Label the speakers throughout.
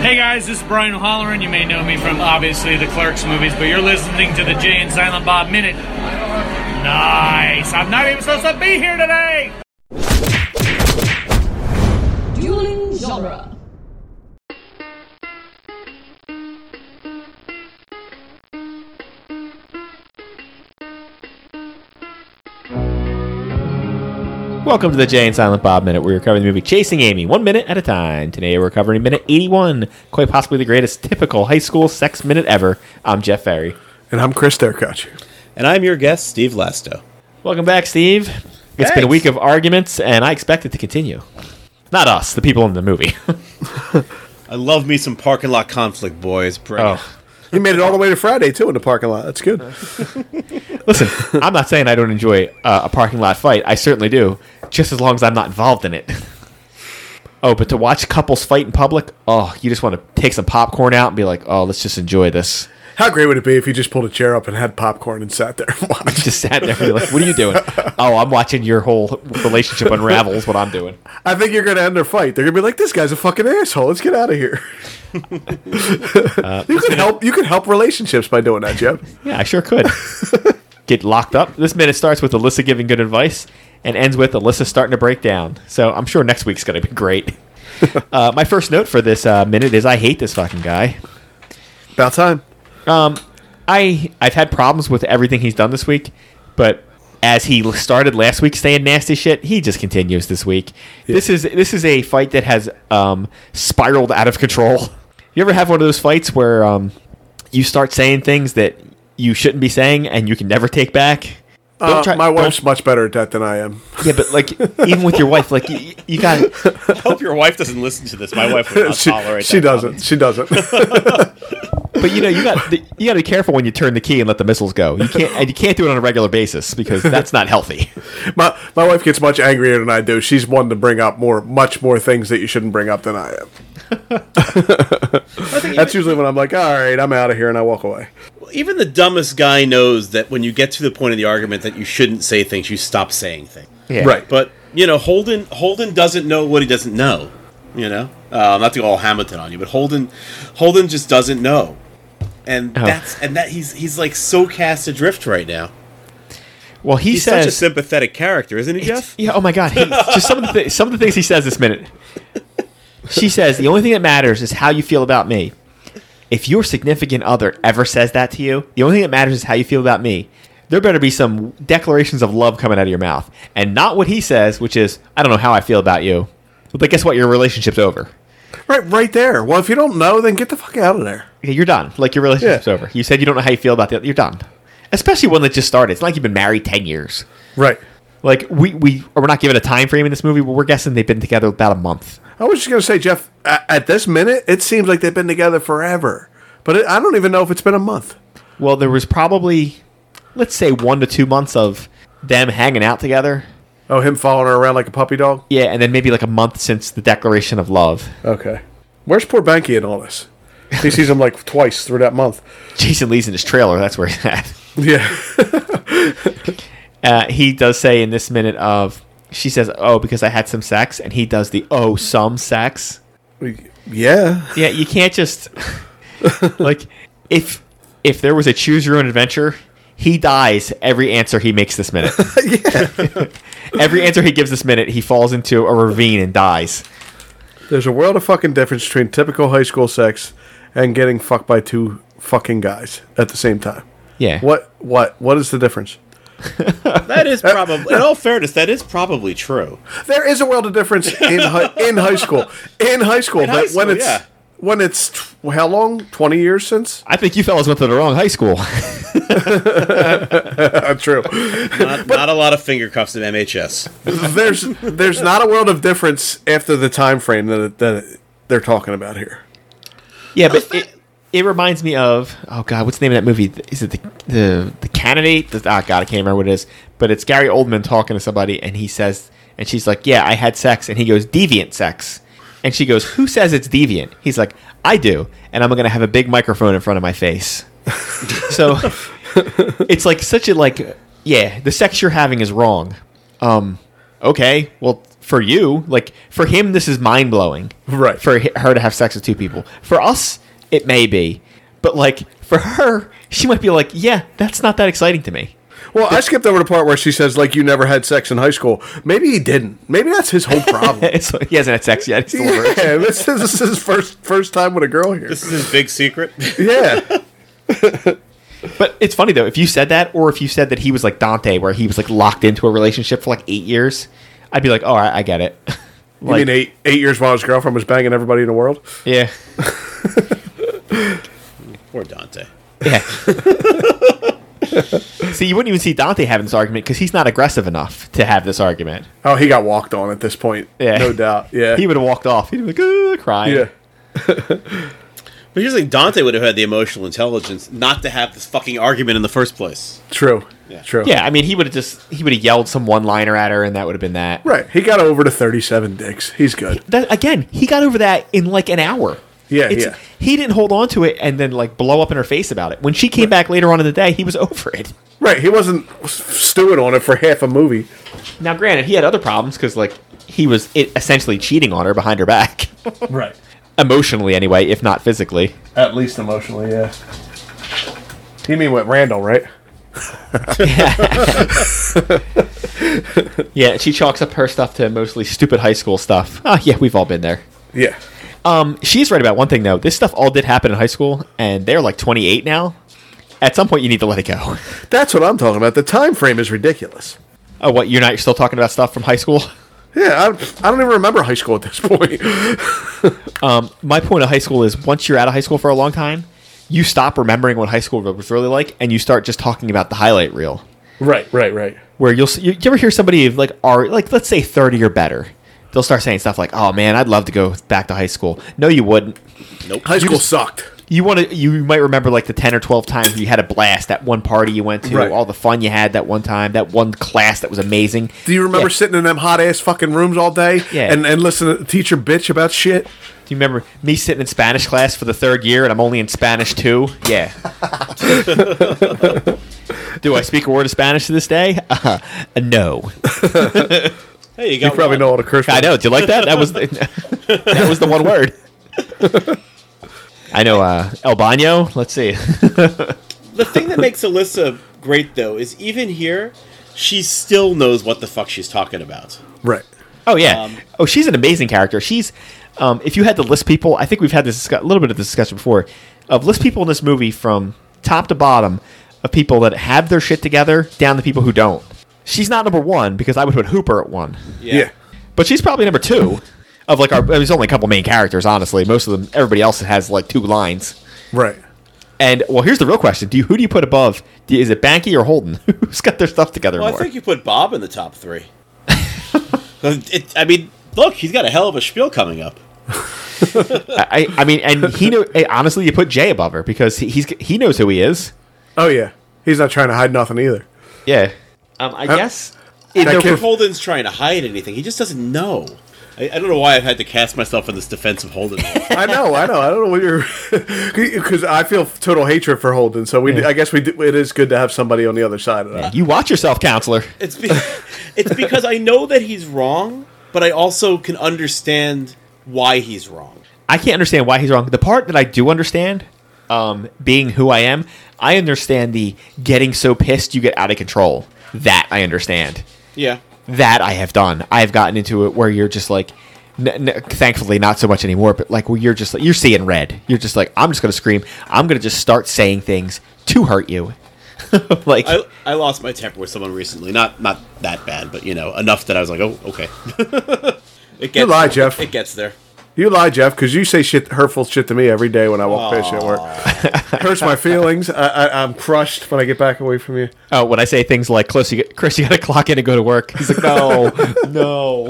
Speaker 1: Hey guys, this is Brian Holleran. You may know me from obviously the Clerks movies, but you're listening to the Jay and Silent Bob Minute. Nice. I'm not even supposed to be here today.
Speaker 2: Dueling Genre.
Speaker 3: Welcome to the Jay and Silent Bob Minute, where we're covering the movie Chasing Amy, one minute at a time. Today we're covering minute 81, quite possibly the greatest typical high school sex minute ever. I'm Jeff Ferry.
Speaker 4: And I'm Chris Derkach.
Speaker 5: And I'm your guest, Steve Lasto.
Speaker 3: Welcome back, Steve. It's been a
Speaker 5: Thanks.
Speaker 3: week of arguments, and I expect it to continue. Not us, the people in the movie.
Speaker 5: I love me some parking lot conflict, boys. Bring
Speaker 3: Oh.
Speaker 5: it.
Speaker 4: He made it all the way to Friday too in the parking lot. That's good.
Speaker 3: Listen, I'm not saying I don't enjoy uh, a parking lot fight. I certainly do, just as long as I'm not involved in it. oh, but to watch couples fight in public, oh, you just want to take some popcorn out and be like, oh, let's just enjoy this.
Speaker 4: How great would it be if you just pulled a chair up and had popcorn and sat there and watched?
Speaker 3: just sat there and be like, "What are you doing?" oh, I'm watching your whole relationship unravel. Is what I'm doing.
Speaker 4: I think you're gonna end their fight. They're gonna be like, "This guy's a fucking asshole. Let's get out of here." you could help. You could help relationships by doing that, Jeb.
Speaker 3: Yeah, I sure could get locked up. This minute starts with Alyssa giving good advice and ends with Alyssa starting to break down. So I'm sure next week's going to be great. uh, my first note for this uh, minute is I hate this fucking guy.
Speaker 4: About time.
Speaker 3: Um, I I've had problems with everything he's done this week, but as he l- started last week saying nasty shit, he just continues this week. This is this is a fight that has um, spiraled out of control. You ever have one of those fights where um, you start saying things that you shouldn't be saying and you can never take back? Don't
Speaker 4: Uh,
Speaker 3: try-
Speaker 4: my
Speaker 3: don't-
Speaker 4: wife's much better at that than I am.
Speaker 3: yeah, but like even with your wife, like you, you got
Speaker 5: I hope your wife doesn't listen to this. My wife would not
Speaker 4: she
Speaker 5: tolerate
Speaker 4: she
Speaker 5: that
Speaker 4: doesn't.
Speaker 5: comment.
Speaker 4: She doesn't.
Speaker 3: But you know, you got you got to be careful when you turn the key and let the missiles go. You can't and you can't do it on a regular basis because that's not healthy.
Speaker 4: my my wife gets much angrier than I do. She's one to bring up more, much more things that you shouldn't bring up than I am. That's usually when I'm like, "All right, I'm out of here," and I walk away.
Speaker 5: Even the dumbest guy knows that when you get to the point of the argument that you shouldn't say things, you stop saying things.
Speaker 3: Yeah.
Speaker 4: Right.
Speaker 5: But you know, Holden Holden doesn't know what he doesn't know. You know, uh, not to go all Hamilton on you, but Holden Holden just doesn't know, and
Speaker 3: Oh.
Speaker 5: that's and that he's he's like so cast adrift right now.
Speaker 3: Well, he
Speaker 5: He's
Speaker 3: says
Speaker 5: such a sympathetic character, isn't he, Jeff?
Speaker 3: Yeah. Oh my God. He, just some of the th- some of the things he says this minute. She says the only thing that matters is how you feel about me. If your significant other ever says that to you, the only thing that matters is how you feel about me. There better be some declarations of love coming out of your mouth, and not what he says, which is I don't know how I feel about you. But guess what? Your relationship's over.
Speaker 4: Right, right there. Well, if you don't know, then get the fuck out of there.
Speaker 3: Yeah, You're done. Like your relationship's
Speaker 4: Yeah.
Speaker 3: over. You said you don't know how you feel about the other. You're done. Especially one that just started. It's not like you've been married ten years.
Speaker 4: Right.
Speaker 3: Like we we we're not given a time frame in this movie, but we're guessing they've been together about a month.
Speaker 4: I was just gonna say, Jeff. At, at this minute, it seems like they've been together forever, but it, I don't even know if it's been a month.
Speaker 3: Well, there was probably, let's say, one to two months of them hanging out together.
Speaker 4: Oh, him following her around like a puppy dog.
Speaker 3: Yeah, and then maybe like a month since the declaration of love.
Speaker 4: Okay. Where's poor Banky in all this? He sees him like twice through that month.
Speaker 3: Jason Lee's in his trailer. That's where he's at.
Speaker 4: Yeah.
Speaker 3: Uh, he does say in this minute of, she says, oh, because I had some sex. And he does the, oh, some sex.
Speaker 4: yeah.
Speaker 3: Yeah, you can't just, like, if if there was a choose your own adventure, he dies every answer he makes this minute. every answer he gives this minute, he falls into a ravine and dies.
Speaker 4: There's a world of fucking difference between typical high school sex and getting fucked by two fucking guys at the same time.
Speaker 3: Yeah.
Speaker 4: What? What? What is the difference?
Speaker 5: That is probably, in all fairness, that is probably true.
Speaker 4: There is a world of difference in hi- in high school. In high school,
Speaker 5: high
Speaker 4: but when
Speaker 5: school,
Speaker 4: it's
Speaker 5: yeah.
Speaker 4: when it's tw- how long? Twenty years since?
Speaker 3: I think you fellas went to the wrong high school.
Speaker 4: Uh, true.
Speaker 5: Not, not a lot of finger cuffs in MHS.
Speaker 4: there's there's not a world of difference after the time frame that that they're talking about here.
Speaker 3: Yeah, but it, it reminds me of oh god, what's the name of that movie? Is it the the, the candidate? The, oh god, I can't remember what it is. But it's Gary Oldman talking to somebody, and he says, and she's like, "Yeah, I had sex," and he goes, "Deviant sex," and she goes, "Who says it's deviant?" He's like, "I do," and I'm gonna have a big microphone in front of my face. so it's like such a like yeah, the sex you're having is wrong. Um, okay, well. for you. Like for him, this is mind blowing.
Speaker 4: Right.
Speaker 3: For hi- her to have sex with two people. For us, it may be, but like for her, she might be like, yeah, that's not that exciting to me.
Speaker 4: Well, I skipped over the part where she says like you never had sex in high school. Maybe he didn't. Maybe that's his whole problem.
Speaker 3: It's like, he hasn't had sex yet. He's still
Speaker 4: yeah,
Speaker 3: a virgin.
Speaker 4: this is, this is his first first time with a girl here.
Speaker 5: This is his big secret.
Speaker 4: Yeah,
Speaker 3: But it's funny though, if you said that, or if you said that he was like Dante, where he was like locked into a relationship for like eight years, I'd be like, all right, I get it.
Speaker 4: I mean eight eight years while his girlfriend was banging everybody in the world.
Speaker 3: yeah,
Speaker 5: Poor Dante.
Speaker 3: yeah. see, you wouldn't even see Dante having this argument because he's not aggressive enough to have this argument.
Speaker 4: Oh, he got walked on at this point.
Speaker 3: Yeah.
Speaker 4: no doubt. Yeah,
Speaker 3: He would have walked off. He'd be like, "Ugh," crying.
Speaker 4: yeah.
Speaker 5: But here's the thing: Dante would have had the emotional intelligence not to have this fucking argument in the first place.
Speaker 4: True. True.
Speaker 3: Yeah, I mean, he would have just he would have yelled some one liner at her, and that would have been that.
Speaker 4: Right. He got over to 37 dicks. He's good.
Speaker 3: That again, he got over that in like an hour.
Speaker 4: Yeah,
Speaker 3: It's-
Speaker 4: yeah.
Speaker 3: He didn't hold on to it and then like blow up in her face about it. When she came back later on in the day, he was over it.
Speaker 4: Right. He wasn't stewing on it for half a movie.
Speaker 3: Now, granted, he had other problems because like he was it, essentially cheating on her behind her back,
Speaker 4: Right.
Speaker 3: emotionally anyway, if not physically.
Speaker 4: At least emotionally, yeah. You mean with Randall, right?
Speaker 3: Yeah, she chalks up her stuff to mostly stupid high school stuff. Ah, yeah, we've all been there.
Speaker 4: Yeah.
Speaker 3: Um, she's right about one thing though. This stuff all did happen in high school, and they're like 28 now. At some point, you need to let it go.
Speaker 4: That's what I'm talking about. The time frame is ridiculous.
Speaker 3: Oh, what? You're not? You're still talking about stuff from high school?
Speaker 4: Yeah, I, I don't even remember high school at this point.
Speaker 3: My point of high school is once you're out of high school for a long time, you stop remembering what high school was really like, and you start just talking about the highlight reel.
Speaker 4: right, right, right.
Speaker 3: where you'll see, you, you ever hear somebody of, like are like let's say 30 or better they'll start saying stuff like oh man i'd love to go back to high school no you wouldn't
Speaker 4: High school sucked.
Speaker 3: you want to you might remember like the 10 or 12 times you had a blast that one party you went to
Speaker 4: Right.
Speaker 3: all the fun you had that one time that one class that was amazing
Speaker 4: Do you remember
Speaker 3: Yeah.
Speaker 4: sitting in them hot ass fucking rooms all day
Speaker 3: Yeah.
Speaker 4: and, and listening to the teacher bitch about shit?
Speaker 3: do you remember me sitting in spanish class for the third year and i'm only in spanish 2 yeah do i speak a word of spanish to this day uh, no
Speaker 5: Hey, you got
Speaker 4: You probably
Speaker 5: one.
Speaker 4: know all the curse
Speaker 3: I
Speaker 4: words.
Speaker 3: know. Do you like that? That was the, that was the one word. I know. Uh, El Bano. Let's see.
Speaker 5: The thing that makes Alyssa great though is even here, she still knows what the fuck she's talking about.
Speaker 4: Right.
Speaker 3: Oh yeah.
Speaker 5: Um,
Speaker 3: oh, she's an amazing character. She's. Um, if you had to list people, I think we've had this discu- a little bit of this discussion before. Of list people in this movie from top to bottom, of people that have their shit together down to people who don't. She's not number one because I would put Hooper at one,
Speaker 4: Yeah.
Speaker 3: but she's probably number two. Of like our, there's only a couple main characters, honestly. Most of them, everybody else has like two lines.
Speaker 4: Right.
Speaker 3: And well, here's the real question: Do you who do you put above? Do you- is it Banky or Holden? Who's got their stuff together
Speaker 5: Well, I
Speaker 3: more?
Speaker 5: think you put Bob in the top three. it, I mean, look, he's got a hell of a spiel coming up.
Speaker 3: I, I mean, and he know, eh, honestly, you put Jay above her because he, he's he knows who he is.
Speaker 4: Oh, yeah. He's not trying to hide nothing either.
Speaker 3: Yeah. Um, I guess. in
Speaker 4: I
Speaker 3: their
Speaker 4: can't-
Speaker 5: If Holden's trying to hide anything, he just doesn't know. I, I don't know why I've had to cast myself in this defense of Holden.
Speaker 4: I know, I know, I don't know what you're because I feel total hatred for Holden. So we, I guess we, do, it is good to have somebody on the other side of that.
Speaker 3: you watch yourself, counselor.
Speaker 5: It's be- it's because I know that he's wrong, but I also can understand why he's wrong.
Speaker 3: I can't understand why he's wrong. The part that I do understand, um, being who I am, I understand the getting so pissed you get out of control. That I understand.
Speaker 5: Yeah.
Speaker 3: that I have done. I have gotten into it where you're just like, n- n- thankfully not so much anymore, but like where you're just like you're seeing red. You're just like I'm just gonna scream. I'm gonna just start saying things to hurt you. like
Speaker 5: I, I lost my temper with someone recently. Not not that bad, but you know, enough that I was like, oh, okay. it gets,
Speaker 4: You lie, Jeff.
Speaker 5: It gets there.
Speaker 4: You lie, Jeff, because you say shit, hurtful shit to me every day when I walk past you at work. Hurts my feelings. I, I, I'm crushed when I get back away from you.
Speaker 3: oh, when I say things like, "Chris, you get, Chris, you gotta clock in and go to work." He's like, "No, no."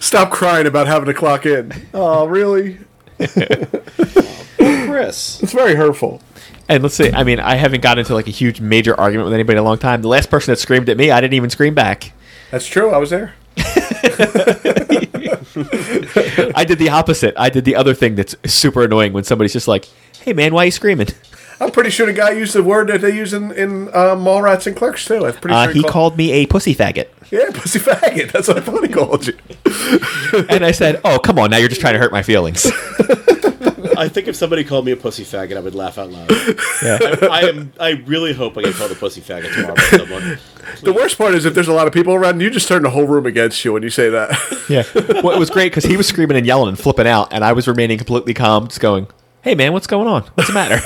Speaker 4: Stop crying about having to clock in. Oh, really?
Speaker 5: Chris.
Speaker 4: It's very hurtful.
Speaker 3: And let's see. I mean, I haven't gotten into like a huge major argument with anybody in a long time. The last person that screamed at me, I didn't even scream back.
Speaker 4: That's true. I was there.
Speaker 3: I did the opposite. I did the other thing that's super annoying when somebody's just like, "Hey, man, why are you screaming?"
Speaker 4: I'm pretty sure the guy used the word that they use in, in uh, Mallrats and Clerks too. I'm pretty
Speaker 3: Uh,
Speaker 4: sure
Speaker 3: he called me a pussy faggot.
Speaker 4: Yeah, pussy faggot. That's what I thought he called you.
Speaker 3: And I said, Oh, come on. Now you're just trying to hurt my feelings.
Speaker 5: I think if somebody called me a pussy faggot, I would laugh out loud. I, I am. I really hope I get called a pussy faggot tomorrow by someone.
Speaker 4: The worst part is if there's a lot of people around, you just turn the whole room against you when you say that.
Speaker 3: Yeah. well, it was great because he was screaming and yelling and flipping out, and I was remaining completely calm, just going, "Hey, man, what's going on? What's the matter?"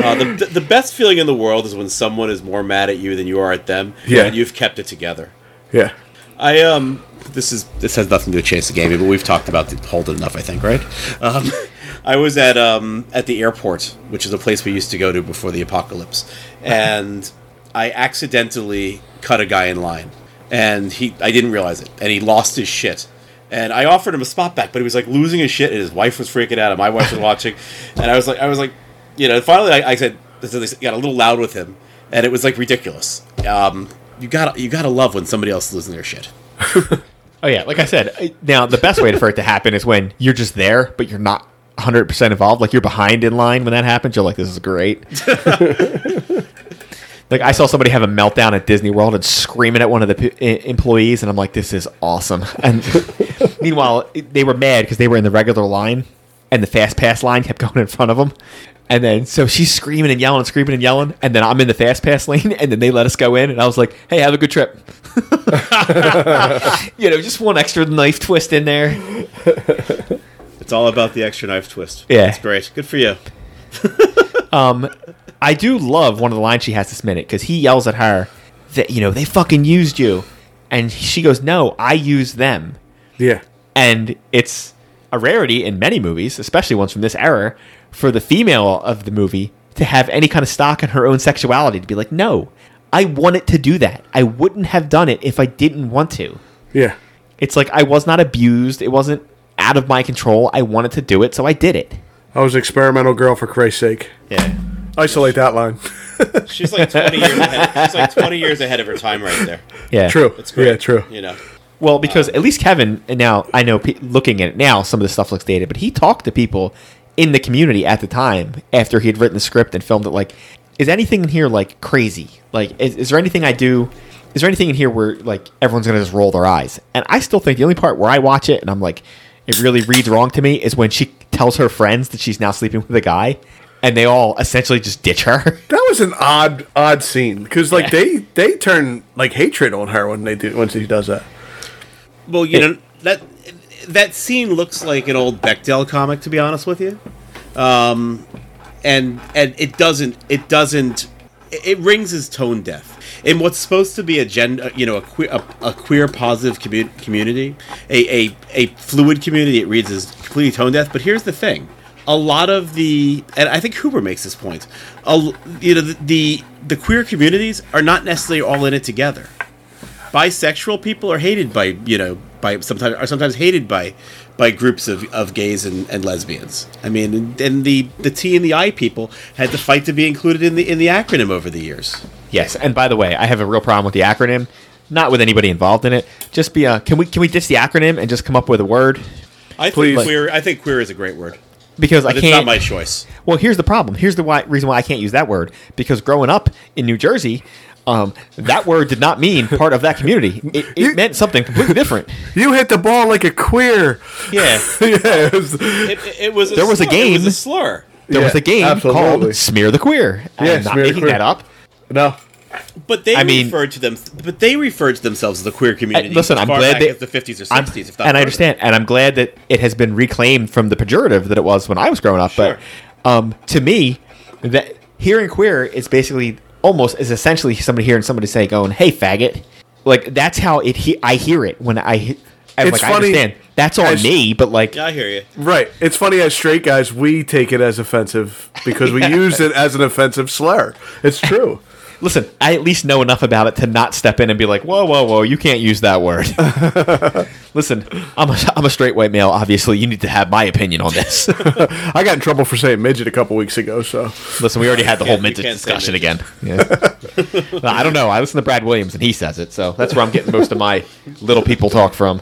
Speaker 5: Uh, the, the best feeling in the world is when someone is more mad at you than you are at them,
Speaker 4: Yeah.
Speaker 5: and you've kept it together.
Speaker 4: yeah.
Speaker 5: I um, this is this has nothing to do with Chase the Gamey, but we've talked about the hold it enough, I think, right? Um, I was at um at the airport, which is a place we used to go to before the apocalypse, and I accidentally cut a guy in line, and he I didn't realize it, and he lost his shit. And I offered him a spot back, but he was like losing his shit, and his wife was freaking out, and my wife was watching, and I was like, I was like, you know, finally I, I said, so they got a little loud with him, and it was like ridiculous. Um, you got to you got to love when somebody else is losing their shit.
Speaker 3: oh yeah, like I said. I- Now the best way for it to happen is when you're just there, but you're not 100 percent involved. Like you're behind in line when that happens. You're like, "This is great." like I saw somebody have a meltdown at Disney World and screaming at one of the p- e- employees, and I'm like, "This is awesome." And meanwhile, it- they were mad because they were in the regular line, and the fast pass line kept going in front of them. And then so she's screaming and yelling and screaming and yelling, and then I'm in the fast pass lane, and then they let us go in, and I was like, "Hey, have a good trip." you know, just one extra knife twist in there.
Speaker 5: It's all about the extra knife twist.
Speaker 3: Yeah.
Speaker 5: it's great. Good for you.
Speaker 3: I do love one of the lines she has this minute because he yells at her that you know they fucking used you, and she goes, "No, I used them,"
Speaker 4: Yeah.
Speaker 3: and it's a rarity in many movies, especially ones from this era, for the female of the movie to have any kind of stock in her own sexuality to be like, "No, I wanted to do that. I wouldn't have done it if I didn't want to."
Speaker 4: Yeah.
Speaker 3: It's like I was not abused. It wasn't out of my control. I wanted to do it, so I did it.
Speaker 4: I was an experimental girl for Christ's sake.
Speaker 5: Yeah,
Speaker 4: Isolate that line.
Speaker 5: she's like twenty years. Ahead. She's like twenty years ahead of her time right there.
Speaker 3: Yeah,
Speaker 4: True.
Speaker 5: That's great.
Speaker 4: Yeah, true.
Speaker 5: You know,
Speaker 3: Well, because at least Kevin, and now I know pe- looking at it now, some of the stuff looks dated, but he talked to people in the community at the time after he had written the script and filmed it. Like, is anything in here like crazy? Like, is, is there anything I do? Is there anything in here where like everyone's gonna just roll their eyes? And I still think the only part where I watch it and I'm like, it really reads wrong to me is when she tells her friends that she's now sleeping with a guy, and they all essentially just ditch her.
Speaker 4: That was an odd, odd scene because like
Speaker 3: Yeah.
Speaker 4: they they turn like hatred on her when they do when she does that.
Speaker 5: well, you know that that scene looks like an old Bechdel comic, to be honest with you. Um, and and it doesn't. It doesn't. It it rings as tone deaf. In what's supposed to be a gender, you know, a queer, a, a queer positive commu- community, a, a a fluid community, it reads as completely tone deaf. But here's the thing: a lot of the and I think Hooper makes this point. A, l- you know, the, the the queer communities are not necessarily all in it together. Bisexual people are hated by you know by sometimes are sometimes hated by by groups of, of gays and, and lesbians. I mean, and, and the the T and the I people had to fight to be included in the in the acronym over the years.
Speaker 3: Yes, and by the way, I have a real problem with the acronym. Not with anybody involved in it. Just be a can we can we ditch the acronym and just come up with a word?
Speaker 5: I
Speaker 4: Please.
Speaker 5: think queer. I think queer is a great word,
Speaker 3: Because I
Speaker 5: but
Speaker 3: can't.
Speaker 5: it's not my choice.
Speaker 3: well, here's the problem. Here's the why, reason why I can't use that word. Because growing up in New Jersey, um, that word did not mean part of that community. It, it meant something completely different.
Speaker 4: You hit the ball like a queer.
Speaker 3: Yeah,
Speaker 4: yeah, it was-
Speaker 5: It, it was a
Speaker 3: There was a
Speaker 5: slur. It was
Speaker 3: game.
Speaker 5: a slur.
Speaker 3: there
Speaker 4: Yeah,
Speaker 3: was a game
Speaker 4: absolutely.
Speaker 3: called Smear the Queer. I'm
Speaker 4: Yeah,
Speaker 3: not
Speaker 4: Smear the
Speaker 3: making
Speaker 4: Queer.
Speaker 3: that up.
Speaker 4: no.
Speaker 5: But they
Speaker 3: I mean-
Speaker 5: referred to them. But they referred to themselves as the queer community.
Speaker 3: I- listen,
Speaker 5: as
Speaker 3: I'm
Speaker 5: far
Speaker 3: glad
Speaker 5: back
Speaker 3: they-
Speaker 5: as the fifties or
Speaker 3: I'm-
Speaker 5: sixties.
Speaker 3: and I understand, and I'm glad that it has been reclaimed from the pejorative that it was when I was growing up.
Speaker 5: Sure.
Speaker 3: But um, to me, that hearing queer is basically almost is essentially somebody hearing somebody say, "Going, hey, faggot," like that's how it. He- I hear it when I. he- I'm
Speaker 4: It's
Speaker 3: like, I
Speaker 4: funny-
Speaker 3: understand that's on
Speaker 4: as-
Speaker 3: me, but like,
Speaker 5: Yeah, I hear you.
Speaker 4: Right. It's funny as straight guys we take it as offensive because we use it as an offensive slur. It's true.
Speaker 3: listen, I at least know enough about it to not step in and be like, "Whoa, whoa, whoa, you can't use that word." listen, I'm a, I'm a straight white male. Obviously, you need to have my opinion on this.
Speaker 4: I got in trouble for saying midget a couple weeks ago, so
Speaker 3: Listen, we already had the whole
Speaker 5: you
Speaker 3: midget
Speaker 5: can't say
Speaker 3: discussion again. Yeah. I don't know. I listen to Brad Williams and he says it, so that's where I'm getting most of my little people talk from.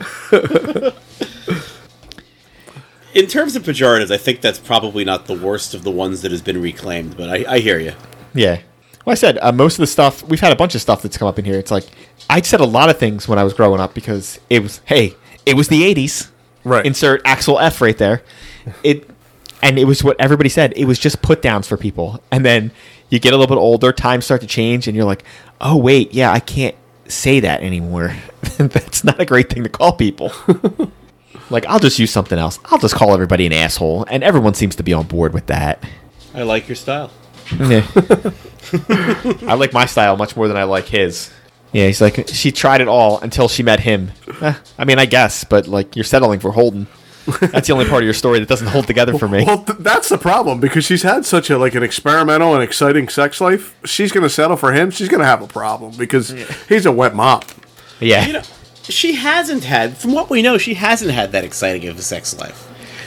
Speaker 5: in terms of pejoratives, I think that's probably not the worst of the ones that has been reclaimed. But I, I hear you.
Speaker 3: Yeah. Well, I said uh, most of the stuff we've had a bunch of stuff that's come up in here. It's like I said a lot of things when I was growing up because it was hey, it was the '80s.
Speaker 4: Right.
Speaker 3: Insert Axel F right there. It and it was what everybody said. It was just put downs for people. And then you get a little bit older, times start to change, and you're like, oh wait, yeah, I can't say that anymore. that's not a great thing to call people. like I'll just use something else. I'll just call everybody an asshole, and everyone seems to be on board with that.
Speaker 5: I like your style.
Speaker 3: Yeah. I like my style much more than I like his. Yeah, he's like she tried it all until she met him. Eh, I mean, I guess, but like you're settling for Holden. That's the only part of your story that doesn't hold together for me.
Speaker 4: Well, th- that's the problem because she's had such a like an experimental and exciting sex life. She's going to settle for him. She's going to have a problem because he's a wet mop.
Speaker 5: You know,
Speaker 3: Yeah,
Speaker 5: she hasn't had, from what we know, she hasn't had that exciting of a sex life.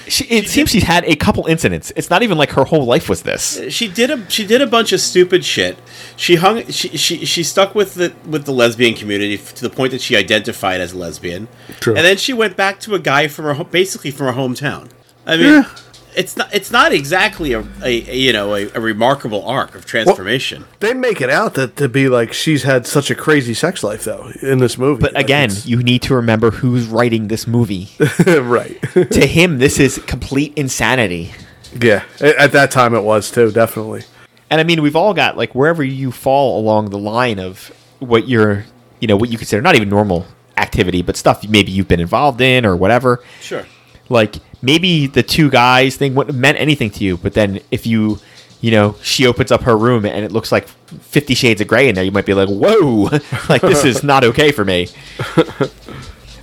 Speaker 3: she, it seems she's had a couple incidents. It's not even like her whole life was this.
Speaker 5: She did a she did a bunch of stupid shit. She hung she she, she stuck with the with the lesbian community f- to the point that she identified as lesbian.
Speaker 4: True.
Speaker 5: And then she went back to a guy from her ho- basically from her hometown. I mean,
Speaker 4: Yeah.
Speaker 5: it's not it's not exactly a, a, a, you know a, a remarkable arc of transformation.
Speaker 4: They make it out that to be like she's had such a crazy sex life though in this movie.
Speaker 3: But
Speaker 4: Like,
Speaker 3: again,
Speaker 4: it's-
Speaker 3: you need to remember who's writing this movie.
Speaker 4: right?
Speaker 3: to him, this is complete insanity.
Speaker 4: yeah, A- at that time it was too definitely.
Speaker 3: And I mean, we've all got like wherever you fall along the line of what you're, you know, what you consider not even normal activity, but stuff maybe you've been involved in or whatever.
Speaker 5: Sure.
Speaker 3: Like maybe the two guys thing wouldn't have meant anything to you, but then if you, you know, she opens up her room and it looks like Fifty Shades of Grey in there, you might be like, whoa, like this is not okay for me.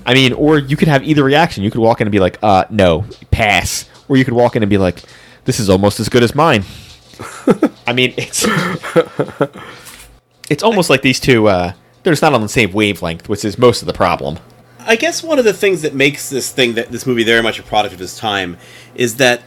Speaker 3: I mean, or you could have either reaction. You could walk in and be like, uh, no, pass. Or you could walk in and be like, this is almost as good as mine. I mean, it's it's almost like these two. Uh, they're just not on the same wavelength, which is most of the problem.
Speaker 5: I guess one of the things that makes this thing that this movie very much a product of its time is that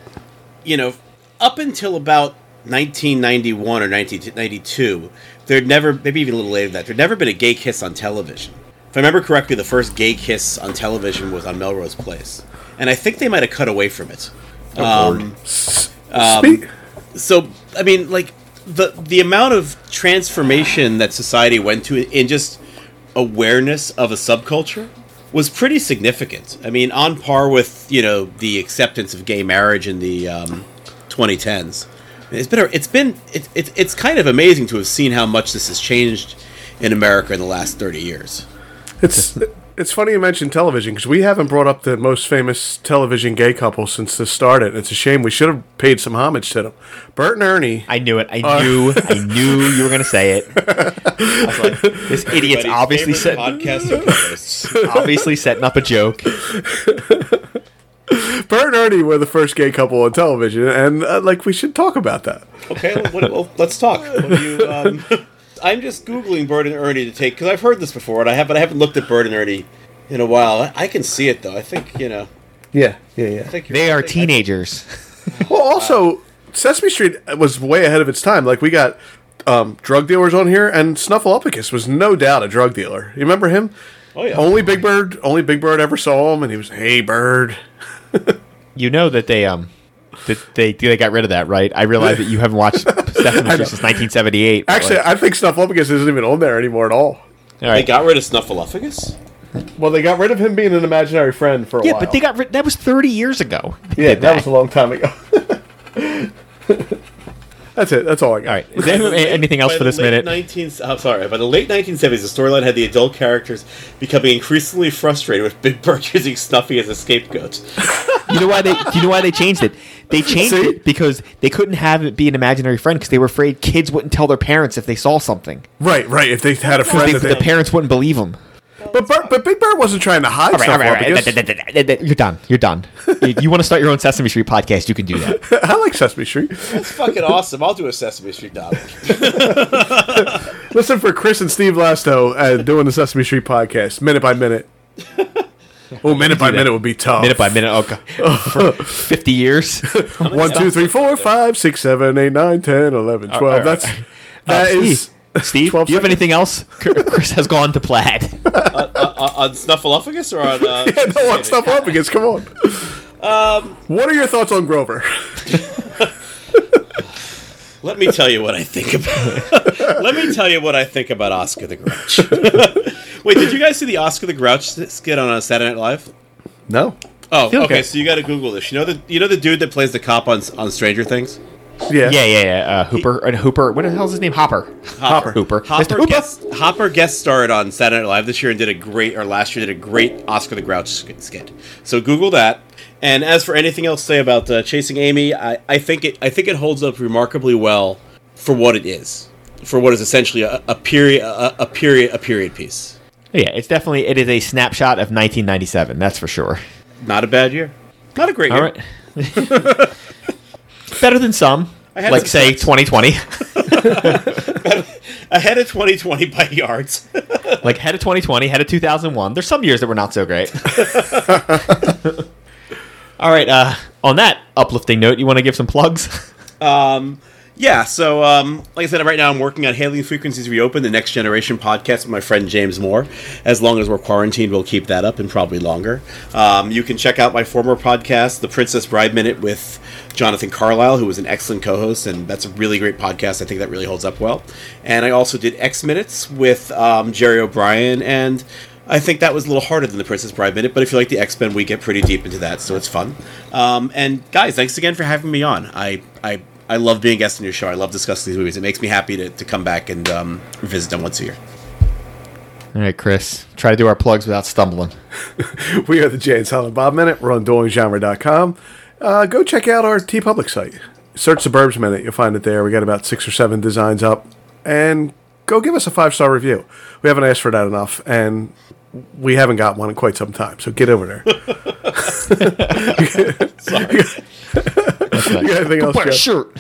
Speaker 5: you know up until about 1991 or 1992 there'd never maybe even a little later than that there'd never been a gay kiss on television if i remember correctly the first gay kiss on television was on melrose place and i think they might have cut away from it um,
Speaker 4: Speak-
Speaker 5: so I mean, like the the amount of transformation that society went to in just awareness of a subculture was pretty significant. I mean, on par with you know the acceptance of gay marriage in the um, 2010s. It's been a- it's been it, it, it's kind of amazing to have seen how much this has changed in America in the last 30 years.
Speaker 4: It's it's funny you mentioned television because we haven't brought up the most famous television gay couple since this started. It's a shame. We should have paid some homage to them. Bert and Ernie.
Speaker 3: I knew it. I knew. I knew you were going to say it. I was like, this idiot's obviously set,
Speaker 5: podcast.
Speaker 3: obviously setting up a joke.
Speaker 4: Bert and Ernie were the first gay couple on television, and uh, like we should talk about that.
Speaker 5: Okay, well, what, well, let's talk. What do you, um, I'm just googling Bird and Ernie to take because I've heard this before, and I have, but I haven't looked at Bird and Ernie in a while. I, I can see it though. I think you know.
Speaker 4: Yeah, yeah, yeah.
Speaker 5: I think you're-
Speaker 3: They
Speaker 5: I
Speaker 3: are
Speaker 5: think-
Speaker 3: teenagers.
Speaker 4: Well, also Sesame Street was way ahead of its time. Like we got um, drug dealers on here, and Snuffleupagus was no doubt a drug dealer. You remember him?
Speaker 5: Oh, yeah.
Speaker 4: Only Big Bird, only Big Bird ever saw him, and he was, "Hey, Bird."
Speaker 3: You know that they um that they they got rid of that, right? I realize that you haven't watched Sesame Street since 1978. but,
Speaker 4: Actually,
Speaker 3: like,
Speaker 4: I think Snuffleupagus isn't even on there anymore at all.
Speaker 3: all
Speaker 5: They
Speaker 3: right.
Speaker 5: got rid of Snuffleupagus.
Speaker 4: Well, they got rid of him being an imaginary friend for a
Speaker 3: yeah,
Speaker 4: while.
Speaker 3: but they got rid. That was 30 years ago. They
Speaker 4: yeah,
Speaker 3: did
Speaker 4: that was a long time ago. that's it. That's all I got.
Speaker 3: All right. Is there anything else
Speaker 5: By
Speaker 3: for
Speaker 5: the
Speaker 3: this
Speaker 5: late
Speaker 3: minute?
Speaker 5: 19, I'm sorry. By the late 1970s, the storyline had the adult characters becoming increasingly frustrated with Big Bird using Snuffy as a scapegoat.
Speaker 3: You know why they? Do you know why they changed it? They changed
Speaker 4: See?
Speaker 3: it because they couldn't have it be an imaginary friend because they were afraid kids wouldn't tell their parents if they saw something.
Speaker 4: Right, right. If they had a friend,
Speaker 3: They,
Speaker 4: that
Speaker 3: the
Speaker 4: they,
Speaker 3: parents wouldn't believe them.
Speaker 4: but Bert, but Big Bird wasn't trying to hide
Speaker 3: All right, all
Speaker 4: stuff.
Speaker 3: right, all right.
Speaker 4: Snuffleupagus.
Speaker 3: Da- da- da- da- da- da- You're done. You're done. If you want to start your own Sesame Street podcast? You can do that.
Speaker 4: I like Sesame Street.
Speaker 5: That's fucking awesome. I'll do a Sesame Street novel.
Speaker 4: Listen for Chris and Steve Lasto uh, doing the Sesame Street podcast, minute by minute. Oh, minute by minute would be tough.
Speaker 3: Minute by minute. Oh god. For 50 years.
Speaker 4: One, two, three, four, five, six, seven, eight, nine, ten, eleven, twelve.
Speaker 3: all right. Oh,
Speaker 4: That's that
Speaker 3: Steve,
Speaker 4: is
Speaker 3: Steve, do
Speaker 4: 12
Speaker 3: you have
Speaker 4: seconds.
Speaker 3: anything else? Cr- Chris has gone to plaid.
Speaker 5: on, on Snuffleupagus or on? Uh,
Speaker 4: Yeah, no one stuff up against. Come on. What are your thoughts on Grover?
Speaker 5: Let me tell you what I think about. Let me tell you what I think about Oscar the Grouch. Wait, did you guys see the Oscar the Grouch skit on uh, Saturday Night Live?
Speaker 4: No.
Speaker 5: Oh, okay.
Speaker 3: feel okay.
Speaker 5: So you got to Google this. You know the you know the dude that plays the cop on on Stranger Things.
Speaker 4: Yeah.
Speaker 3: Yeah, yeah, yeah. Uh, Hooper, uh, Hooper. What the hell's his name? Hopper.
Speaker 5: Hopper.
Speaker 3: Hooper. Mr.
Speaker 5: Hopper
Speaker 3: Hooper.
Speaker 5: guest, Hopper guest starred on Saturday Night Live this year and did a great, or last year did a great Oscar the Grouch sk- skit. So Google that. And as for anything else to say about uh, Chasing Amy, I, I think it I think it holds up remarkably well for what it is, for what is essentially a, a period a, a period a period piece.
Speaker 3: Yeah, it's definitely it is a snapshot of 1997. That's for sure.
Speaker 5: Not a bad year, not a great
Speaker 3: All
Speaker 5: year.
Speaker 3: right. Better than some.
Speaker 5: I had
Speaker 3: Like
Speaker 5: some
Speaker 3: say
Speaker 5: thoughts.
Speaker 3: 2020.
Speaker 5: Ahead of 2020 by yards.
Speaker 3: like head of 2020, head of 2001. There's some years that were not so great. All right. Uh, on that uplifting note, you want to give some plugs?
Speaker 5: Yeah, so um, like I said, right now I'm working on Hailing Frequencies Reopen, the next generation podcast with my friend James Moore. As long as we're quarantined, we'll keep that up and probably longer. Um, you can check out my former podcast, The Princess Bride Minute, with Jonathan Carlisle, who was an excellent co host, and that's a really great podcast. I think that really holds up well. And I also did X Minutes with um, Jerry O'Brien, and I think that was a little harder than the Princess Bride minute, but if you like the X Men, we get pretty deep into that, so it's fun. Um, and guys, thanks again for having me on. I I, I love being a guest on your show. I love discussing these movies. It makes me happy to, to come back and um, revisit them once a year.
Speaker 3: All right, Chris. Try to do our plugs without stumbling.
Speaker 4: We are the Jay and Silent Bob Minute. We're on duelinggenre.com. Uh, go check out our T Public site. Search Suburbs Minute. You'll find it there. We got about six or seven designs up. And go give us a five star review. We haven't asked for that enough. And we haven't got one in quite some time. So get over there.
Speaker 3: That's
Speaker 4: You
Speaker 3: nice.
Speaker 4: got anything else, Jeff?
Speaker 3: shirt.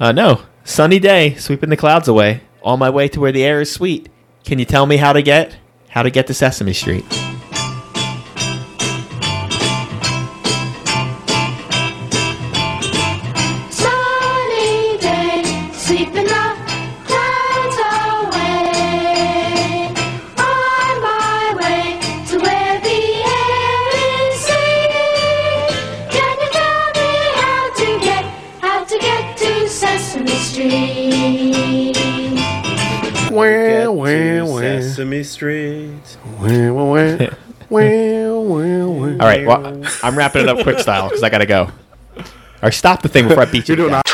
Speaker 3: Uh, no. Sunny day, sweeping the clouds away. On my way to where the air is sweet. Can you tell me how to get how to get to Sesame Street?
Speaker 6: Sunny day, sweeping the clouds away. On my way to where the air is sweet. Can you tell me how to get, how to get to Sesame Street?
Speaker 4: Wah, wah, wah,
Speaker 5: Sesame Street.
Speaker 4: wah, wah, wah. Wah, wah, wah.
Speaker 3: All right, well, I'm wrapping it up quick style because I gotta go. All right, stop the thing before I beat you.
Speaker 4: You're
Speaker 3: to
Speaker 4: doing
Speaker 3: death.